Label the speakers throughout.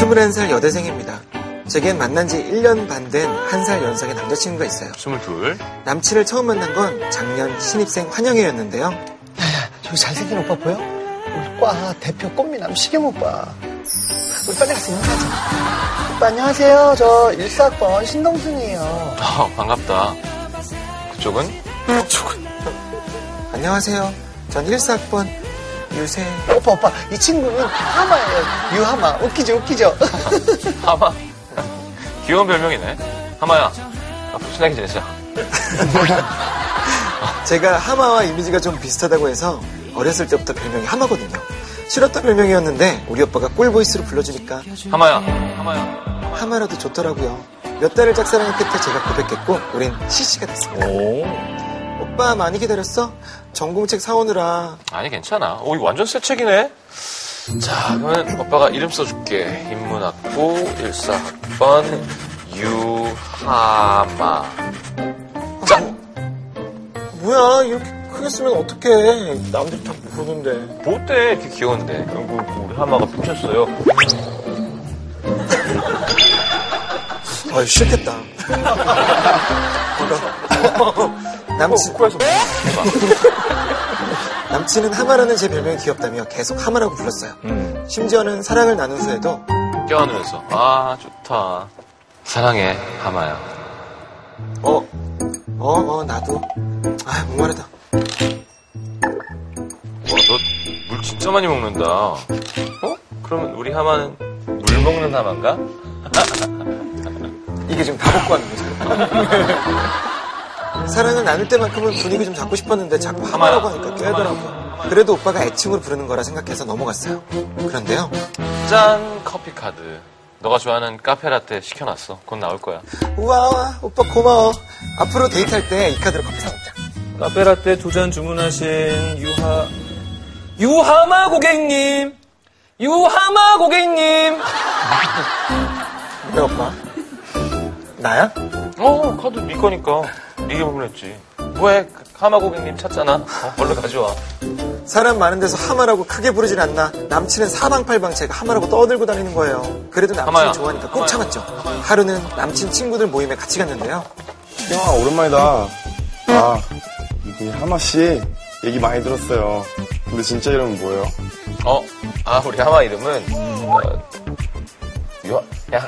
Speaker 1: 21살 여대생입니다. 제겐 만난 지 1년 반 된 한 살 연상의 남자친구가 있어요.
Speaker 2: 22.
Speaker 1: 남친을 처음 만난 건 작년 신입생 환영회였는데요.
Speaker 3: 저기 잘생긴 오빠 보여? 우리 과 대표 꽃미남 시경 오빠. 우리 빨리 가서 인사하자. 오빠 안녕하세요. 저 14학번 신동순이에요.
Speaker 2: 어, 반갑다. 그쪽은?
Speaker 1: 안녕하세요. 전 1사학번 유세.
Speaker 3: 오빠 오빠 이 친구는 하마예요. 유하마. 웃기죠 웃기죠.
Speaker 2: 하마. 귀여운 별명이네. 하마야. 앞으로 친하게 지내자.
Speaker 1: 제가 하마와 이미지가 좀 비슷하다고 해서 어렸을 때부터 별명이 하마거든요. 싫었던 별명이었는데 우리 오빠가 꿀보이스로 불러주니까
Speaker 2: 하마야. 하마야.
Speaker 1: 하마라도 좋더라고요. 몇 달을 짝사랑 끝에 제가 고백했고 우린 CC가 됐습니다.
Speaker 2: 오.
Speaker 1: 오빠 많이 기다렸어? 전공책 사오느라
Speaker 2: 아니, 괜찮아. 오, 이거 완전 새 책이네. 자, 그러면 오빠가 이름 써줄게. 인문학부 14학번 유하마. 짠!
Speaker 1: 뭐야 이렇게 크게 쓰면 어떡해 남들이 다 보는데
Speaker 2: 못돼 이렇게 귀여운데. 그리고 우리 하마가 훔쳤어요.
Speaker 1: 아유 싫겠다 그러니까 어, 남친
Speaker 2: 코에서
Speaker 1: 남친은 하마라는 제 별명이 귀엽다며 계속 하마라고 불렀어요 심지어는 사랑을 나눈 후에도
Speaker 2: 껴안으면서. 아, 좋다. 사랑해, 하마야.
Speaker 1: 어 어, 어, 나도 아 목마르다
Speaker 2: 와, 너 물 진짜 많이 먹는다. 어? 그러면 우리 하마는 물 먹는 하마인가?
Speaker 1: 이게 지금 다 먹고 하는 거죠 사랑을 나눌 때만큼은 분위기 좀 잡고 싶었는데 자꾸
Speaker 2: 음.
Speaker 1: 하마라고 하니까 꾀하더라고요 그래도 오빠가 애칭으로 부르는 거라 생각해서 넘어갔어요 그런데요
Speaker 2: 짠! 커피 카드. 너가 좋아하는 카페라떼 시켜놨어. 곧 나올 거야.
Speaker 1: 우와 오빠 고마워 앞으로 데이트할 때 이 카드로 커피 사먹자
Speaker 4: 카페라떼 두 잔 주문하신 유하 유하마 고객님 유하마 고객님
Speaker 1: 그래 오빠 나야?
Speaker 2: 어, 카드 네 거니까. 네게 보냈지. 왜? 하마 고객님 찾잖아. 어, 얼른 가져와.
Speaker 1: 사람 많은 데서 하마라고 크게 부르진 않나 남친은 사방팔방 제가 하마라고 떠들고 다니는 거예요 그래도 남친이
Speaker 2: 하마야.
Speaker 1: 좋아하니까 꼭
Speaker 2: 하마야.
Speaker 1: 참았죠 하루는 남친 친구들 모임에 같이 갔는데요
Speaker 5: 형아 오랜만이다. 아, 우리 하마 씨 얘기 많이 들었어요. 근데 진짜 이름은 뭐예요?
Speaker 2: 어? 아, 우리 하마 이름은, 어, 유 야,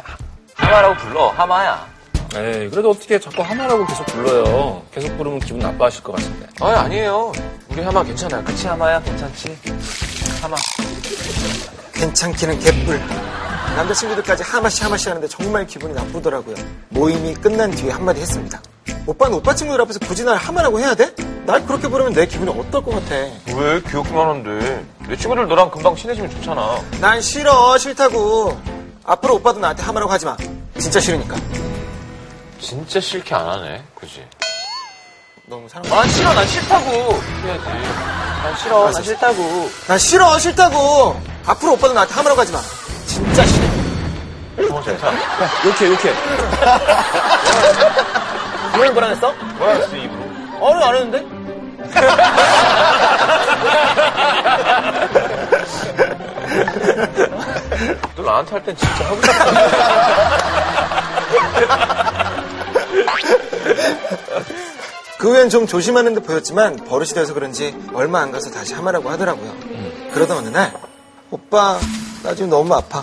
Speaker 2: 하마라고 불러. 하마야.
Speaker 4: 에이 그래도 어떻게 자꾸 하마라고 계속 불러요 계속 부르면 기분 나빠하실 것 같은데
Speaker 2: 아 아니에요. 우리 하마 괜찮아. 그치, 하마야? 괜찮지? 하마.
Speaker 1: 괜찮기는 개뿔 남자친구들까지 하마씨 하마씨 하는데 정말 기분이 나쁘더라고요 모임이 끝난 뒤에 한마디 했습니다 오빠는 오빠 친구들 앞에서 굳이 날 하마라고 해야 돼? 날 그렇게 부르면 내 기분이 어떨 것 같아
Speaker 2: 왜? 귀엽기만 한데. 내 친구들 너랑 금방 친해지면 좋잖아.
Speaker 1: 난 싫어 싫다고 앞으로 오빠도 나한테 하마라고 하지 마 진짜 싫으니까
Speaker 2: 진짜 싫게 안 하네. 그지?
Speaker 1: 너무 사람 아!
Speaker 2: 난 아, 싫어, 난 싫다고! 해야지. 아, 난 싫어, 난 싫다고.
Speaker 1: 난 싫어 싫다고 앞으로 오빠도 나한테 하마라고 하지 마 진짜 싫어
Speaker 2: 어, 괜찮아.
Speaker 4: 욕해 욕해
Speaker 1: 이걸 뭐라 했어?
Speaker 2: 뭐야, 진짜 입으로.
Speaker 1: 어른 안 했는데?
Speaker 2: 너 나한테 할 땐 진짜 하고 싶다.
Speaker 1: 그 후엔 좀 조심하는 데 보였지만 버릇이 돼서 그런지 얼마 안 가서 다시 하마라고 하더라고요 그러던 어느 날 오빠 나 지금 너무 아파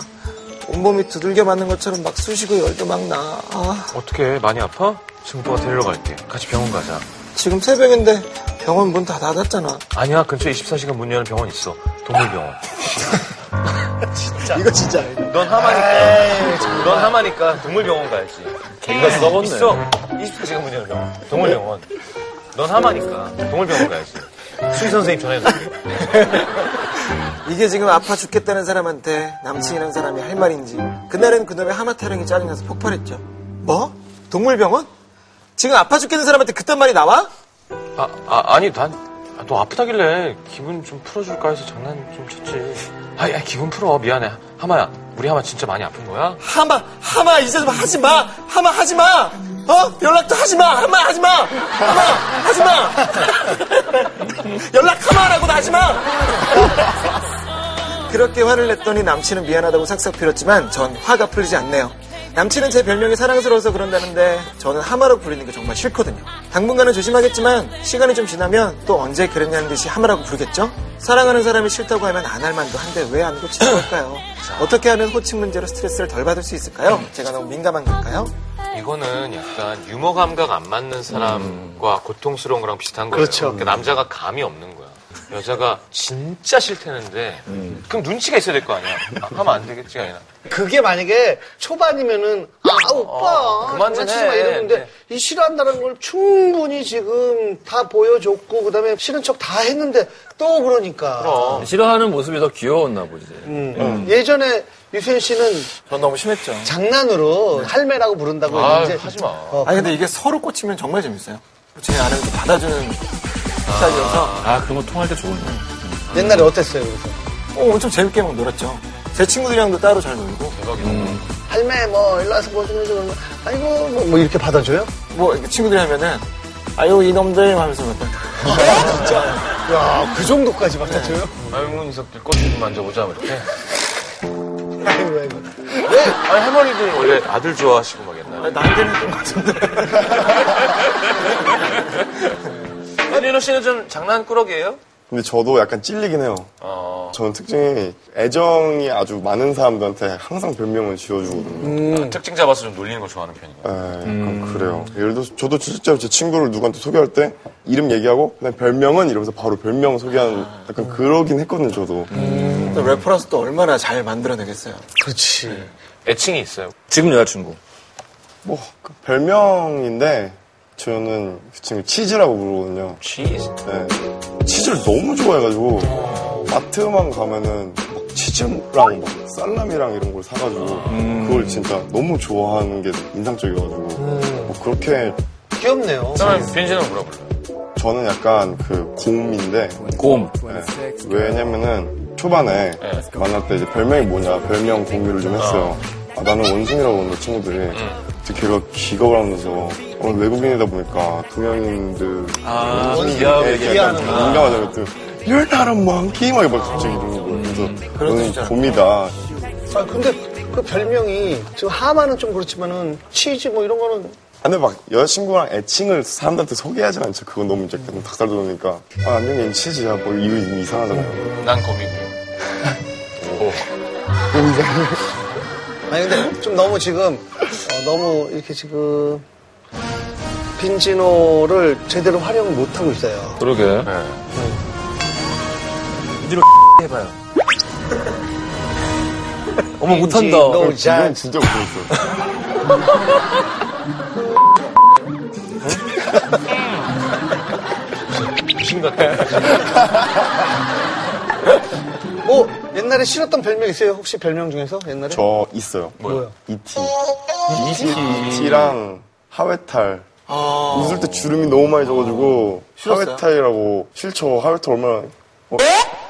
Speaker 1: 온몸이 두들겨 맞는 것처럼 막 쑤시고 열도 막나 아,
Speaker 2: 어떻게 많이 아파? 지금 오빠가 데리러 갈게. 같이 병원 가자.
Speaker 1: 지금 새벽인데 병원 문 다 닫았잖아
Speaker 2: 아니야, 근처에 24시간 문 여는 병원 있어. 동물병원.
Speaker 1: 이거 진짜 아니다
Speaker 2: 넌 하마니까. 넌 하마니까 동물병원 가야지. 걔가 썩었네. 있어. 24시간 문 여는 병원. 동물병원. 넌 하마니까 동물병원 가야지. 수희 선생님 전화해줄게.
Speaker 1: 이게 지금 아파 죽겠다는 사람한테 남친이란 사람이 할 말인지 그날은 그놈의 하마 타령이 짜증나서 폭발했죠 뭐? 동물병원? 지금 아파 죽겠는 사람한테 그딴 말이 나와?
Speaker 2: 아, 아 아니 난, 아, 너 아프다길래 기분 좀 풀어줄까 해서 장난 좀 쳤지. 아, 야, 기분 풀어. 미안해. 하마야, 우리 하마 진짜 많이 아픈 거야?
Speaker 1: 하마 하마 이제 좀 하지 마 하마 하지 마 어? 연락도 하지 마 하마 하지 마 하마 하지 마 연락 하마라고도 하지 마 그렇게 화를 냈더니 남친은 미안하다고 삭삭 빌었지만 전 화가 풀리지 않네요. 남친은 제 별명이 사랑스러워서 그런다는데 저는 하마라고 불리는 게 정말 싫거든요. 당분간은 조심하겠지만 시간이 좀 지나면 또 언제 그랬냐는 듯이 하마라고 부르겠죠? 사랑하는 사람이 싫다고 하면 안 할 만도 한데 왜 안 고치는 걸까요? 어떻게 하면 호칭 문제로 스트레스를 덜 받을 수 있을까요? 제가 너무 민감한 걸까요?
Speaker 2: 이거는 약간 유머 감각 안 맞는 사람과
Speaker 4: 음.
Speaker 2: 고통스러운 거랑 비슷한 거예요.
Speaker 3: 그렇죠.
Speaker 2: 그러니까 남자가 감이 없는 거야. 여자가 진짜 싫다는데
Speaker 4: 음.
Speaker 2: 그럼 눈치가 있어야 될 거 아니야. 아, 하면 안 되겠지가 아니라.
Speaker 3: 그게 만약에 초반이면은 아 오빠
Speaker 2: 어, 그만 좀
Speaker 3: 장난치지 마
Speaker 2: 해.
Speaker 3: 이러는데 이 싫어한다는 걸 충분히 지금 다 보여줬고 그다음에 싫은 척 다 했는데 또 그러니까
Speaker 2: 그럼.
Speaker 4: 아, 싫어하는 모습이 더 귀여웠나 보지.
Speaker 3: 음. 예전에 유수현 씨는
Speaker 1: 전 너무 심했죠.
Speaker 3: 장난으로 할매라고 부른다고
Speaker 2: 아,
Speaker 3: 이제
Speaker 2: 하지 마.
Speaker 3: 어,
Speaker 1: 아니 근데 이게 서로 꽂히면 정말 재밌어요. 제 아내도 받아주는 스타일이어서
Speaker 4: 아, 그런 거 통할 때 좋은 거.
Speaker 3: 옛날에 어땠어요 그래서
Speaker 1: 어, 엄청 재밌게 막 놀았죠. 제 친구들이랑도 따로 잘 놀고
Speaker 3: 할매 뭐 일로 와서 뭐 좀 해줘 그러면 아이고 뭐, 뭐 이렇게 받아줘요?
Speaker 1: 뭐 이렇게 친구들이 하면은 아유 이놈들 하면서 막
Speaker 3: 아, 야그 정도까지 받아줘요?
Speaker 2: 아이고 이석들 꽃 좀 만져보자 뭐 이렇게.
Speaker 3: 네. 아이고 아이고
Speaker 2: 아니 할머니들 원래 아들 좋아하시고 막 옛날에.
Speaker 1: 나한테는 좀 같은데
Speaker 2: 민호 씨는 좀 장난꾸러기예요?
Speaker 5: 근데 저도 약간 찔리긴 해요.
Speaker 2: 어.
Speaker 5: 저는 특징이 애정이 아주 많은 사람들한테 항상 별명을 지어주거든요.
Speaker 2: 특징 잡아서 좀 놀리는 걸 좋아하는 편이에요.
Speaker 5: 네, 약간 그래요. 예를 들어서 저도 진짜로 제 친구를 누구한테 소개할 때 이름 얘기하고 그다음 별명은 이러면서 바로 별명 소개하는 약간 그러긴 했거든요, 저도.
Speaker 1: 또 래퍼라서 그 또 얼마나 잘 만들어내겠어요.
Speaker 3: 그렇지
Speaker 2: 애칭이 있어요.
Speaker 4: 지금 여자친구.
Speaker 5: 뭐그 별명인데 저는 그 친구 치즈라고 부르거든요.
Speaker 2: 취
Speaker 5: 네. 치즈를 너무 좋아해가지고 마트만 가면은 막 치즈랑 막 살라미랑 이런 걸 사가지고 그걸 진짜 너무 좋아하는 게 인상적이어가지고 뭐 그렇게
Speaker 3: 귀엽네요
Speaker 2: 그러면 빈지는 뭐라 불러요?
Speaker 5: 저는 약간 그 고음인데
Speaker 4: 곰.
Speaker 5: 네. 왜냐면은 초반에 만날 때 이제 별명이 뭐냐 별명 공유를 좀 했어요. 음. 아, 나는 원숭이라고 하는데 친구들이 근데 걔가 기겁을 하면서 오늘 외국인이다 보니까 동양인들
Speaker 4: 아,
Speaker 5: 원숭이에게 약간 민감하잖아요. 그 또 You're not a monkey 막 이러면서 갑자기 이러는 거예요. 음, 그렇죠, 그래서 너는 곰이다.
Speaker 3: 아 근데 그 별명이 지금 하마는 좀 그렇지만은 치즈 뭐 이런 거는
Speaker 5: 아, 근데 막 여자친구랑 애칭을 사람들한테 소개하진 않죠. 그건 너무 이제 닭살 돋으니까 아 안녕 얘는 치즈야 뭐 이거 이상하잖아요.
Speaker 2: 난 거미고.
Speaker 3: 아니 근데 좀 너무 지금 어, 너무 이렇게 지금 빈지노를 제대로 활용을 못 하고 있어요.
Speaker 4: 그러게. 이대로 해봐요. 어머, 못한다.
Speaker 3: 빈지노
Speaker 5: 이건
Speaker 3: 잘
Speaker 5: 진짜 웃겼어.
Speaker 2: 귀신 같아.
Speaker 3: 뭐 옛날에 싫었던 별명 있어요? 혹시 별명 중에서 옛날에?
Speaker 5: 저 있어요.
Speaker 3: 뭐요?
Speaker 5: 이티. 이티랑 하회탈. 웃을 때 주름이 너무 많이 져가지고
Speaker 1: 싫었어요?
Speaker 5: 하회탈이라고 싫죠. 하회탈 얼마나 어,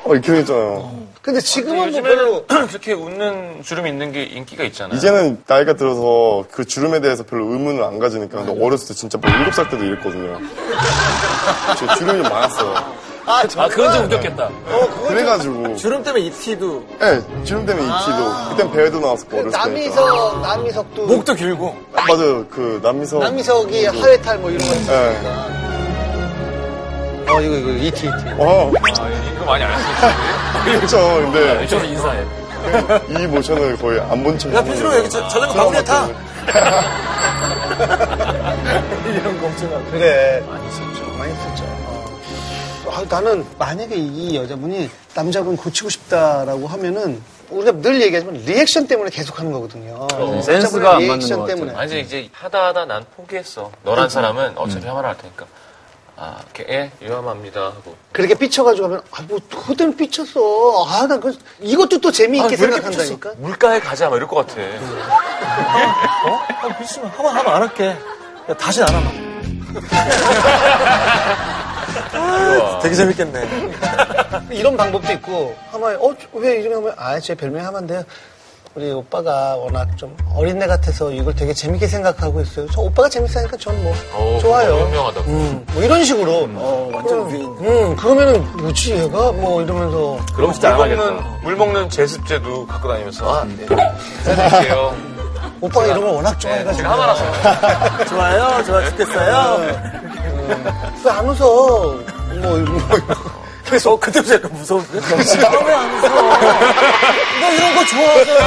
Speaker 5: 어, 이렇게 했잖아요.
Speaker 3: 근데 지금은 뭐
Speaker 2: 요즘에는
Speaker 3: 별로
Speaker 2: 그렇게 웃는 주름이 있는 게 인기가 있잖아요.
Speaker 5: 이제는 나이가 들어서 그 주름에 대해서 별로 의문을 안 가지니까 근데 어렸을 때 진짜 뭐 7살 때도 이랬거든요. 제 주름이 많았어요.
Speaker 3: 아, 정말?
Speaker 4: 아, 그건 좀 웃겼겠다.
Speaker 5: 그래가지고
Speaker 1: 주름 때문에 이티도
Speaker 5: 네, 주름 때문에 이티도 그땐 배에도 나왔었고 어렸을 때
Speaker 3: 남이석 남이석도
Speaker 1: 목도 길고
Speaker 5: 맞아요. 그 남미석 네.
Speaker 3: 남이석이 하회탈 뭐 이런 거 있으니까. 어 이거 이거 이티 이티.
Speaker 5: 어,
Speaker 2: 이거 많이 안 했어요.
Speaker 5: 그렇죠. 근데
Speaker 4: 이쪽으로 인사해.
Speaker 5: 이 모션을 거의 안 본 뭐, 척.
Speaker 1: 야 빈지노 여기 자- 자전거 바구니에 타
Speaker 3: 그래. 많이 썼죠. 많이 썼죠. 어. 아, 나는 만약에 이 여자분이 남자분 고치고 싶다라고 하면은 우리가 늘 얘기하지만 리액션 때문에 계속 하는 거거든요.
Speaker 2: 네,
Speaker 3: 남자분의
Speaker 4: 센스가 안 맞는
Speaker 3: 리액션
Speaker 4: 것 같아요.
Speaker 3: 때문에.
Speaker 2: 아니 이제 하다 하다 난 포기했어. 너란 사람은 어차피 하마라 할 테니까. 아, 이렇게 예, 유감합니다 하고.
Speaker 3: 그렇게 삐쳐가지고 하면 아뭐 그때는 삐쳤어. 아 나 그 이것도 또
Speaker 2: 아,
Speaker 3: 재미있게
Speaker 2: 왜 이렇게
Speaker 3: 생각한다니까.
Speaker 2: 붙였어? 물가에 가자 막 이럴 것 같아.
Speaker 1: 아, 빈지노 하면 하면 안 할게 야 다시 안 하면 아, 되게 재밌겠네
Speaker 3: 어, 이런 방법도 있고 아, 하마에 어왜 이름이 하면 아제 별명이 하마인데 우리 오빠가 워낙 좀 어린애 같아서 이걸 되게 재밌게 생각하고 있어요. 저 오빠가 재밌으니까 저는 뭐 좋아요.
Speaker 6: 현명하다.
Speaker 3: 음, 뭐 이런 식으로. 어,
Speaker 1: 완전
Speaker 3: 그럼, 음, 그러면은 뭐지 얘가 뭐 이러면서
Speaker 4: 그럼 진짜 안
Speaker 2: 물
Speaker 4: 하겠다.
Speaker 2: 먹는, 물 먹는 제습제도 갖고 다니면서, 아, 네. 드릴게요.
Speaker 3: 오빠가 이런 걸 워낙 좋아해가지고.
Speaker 2: 제가 하나라서.
Speaker 1: 좋아요, 좋아 죽겠어요.
Speaker 3: 왜 안 웃어? 뭐 이런 거.
Speaker 1: 그래서 그때부터 약간 무서운데? 아, 왜안 웃어? 너 이런 거 좋아하잖아.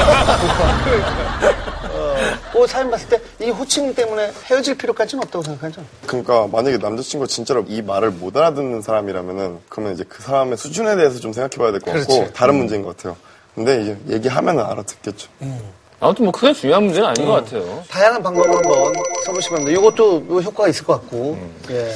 Speaker 3: 어, 사연 봤을 때 이 호칭 때문에 헤어질 필요까지는 없다고 생각하죠.
Speaker 5: 그러니까 만약에 남자친구가 진짜로 이 말을 못 알아듣는 사람이라면은 그러면 이제 그 사람의 수준에 대해서 좀 생각해봐야 될 것 같고 다른 문제인 것 같아요. 근데 이제 얘기하면 알아듣겠죠.
Speaker 4: 아무튼 뭐 크게 중요한 문제는 아닌 것 같아요.
Speaker 3: 다양한 방법을 한번 써보시면 이것도 뭐 효과가 있을 것 같고. 예.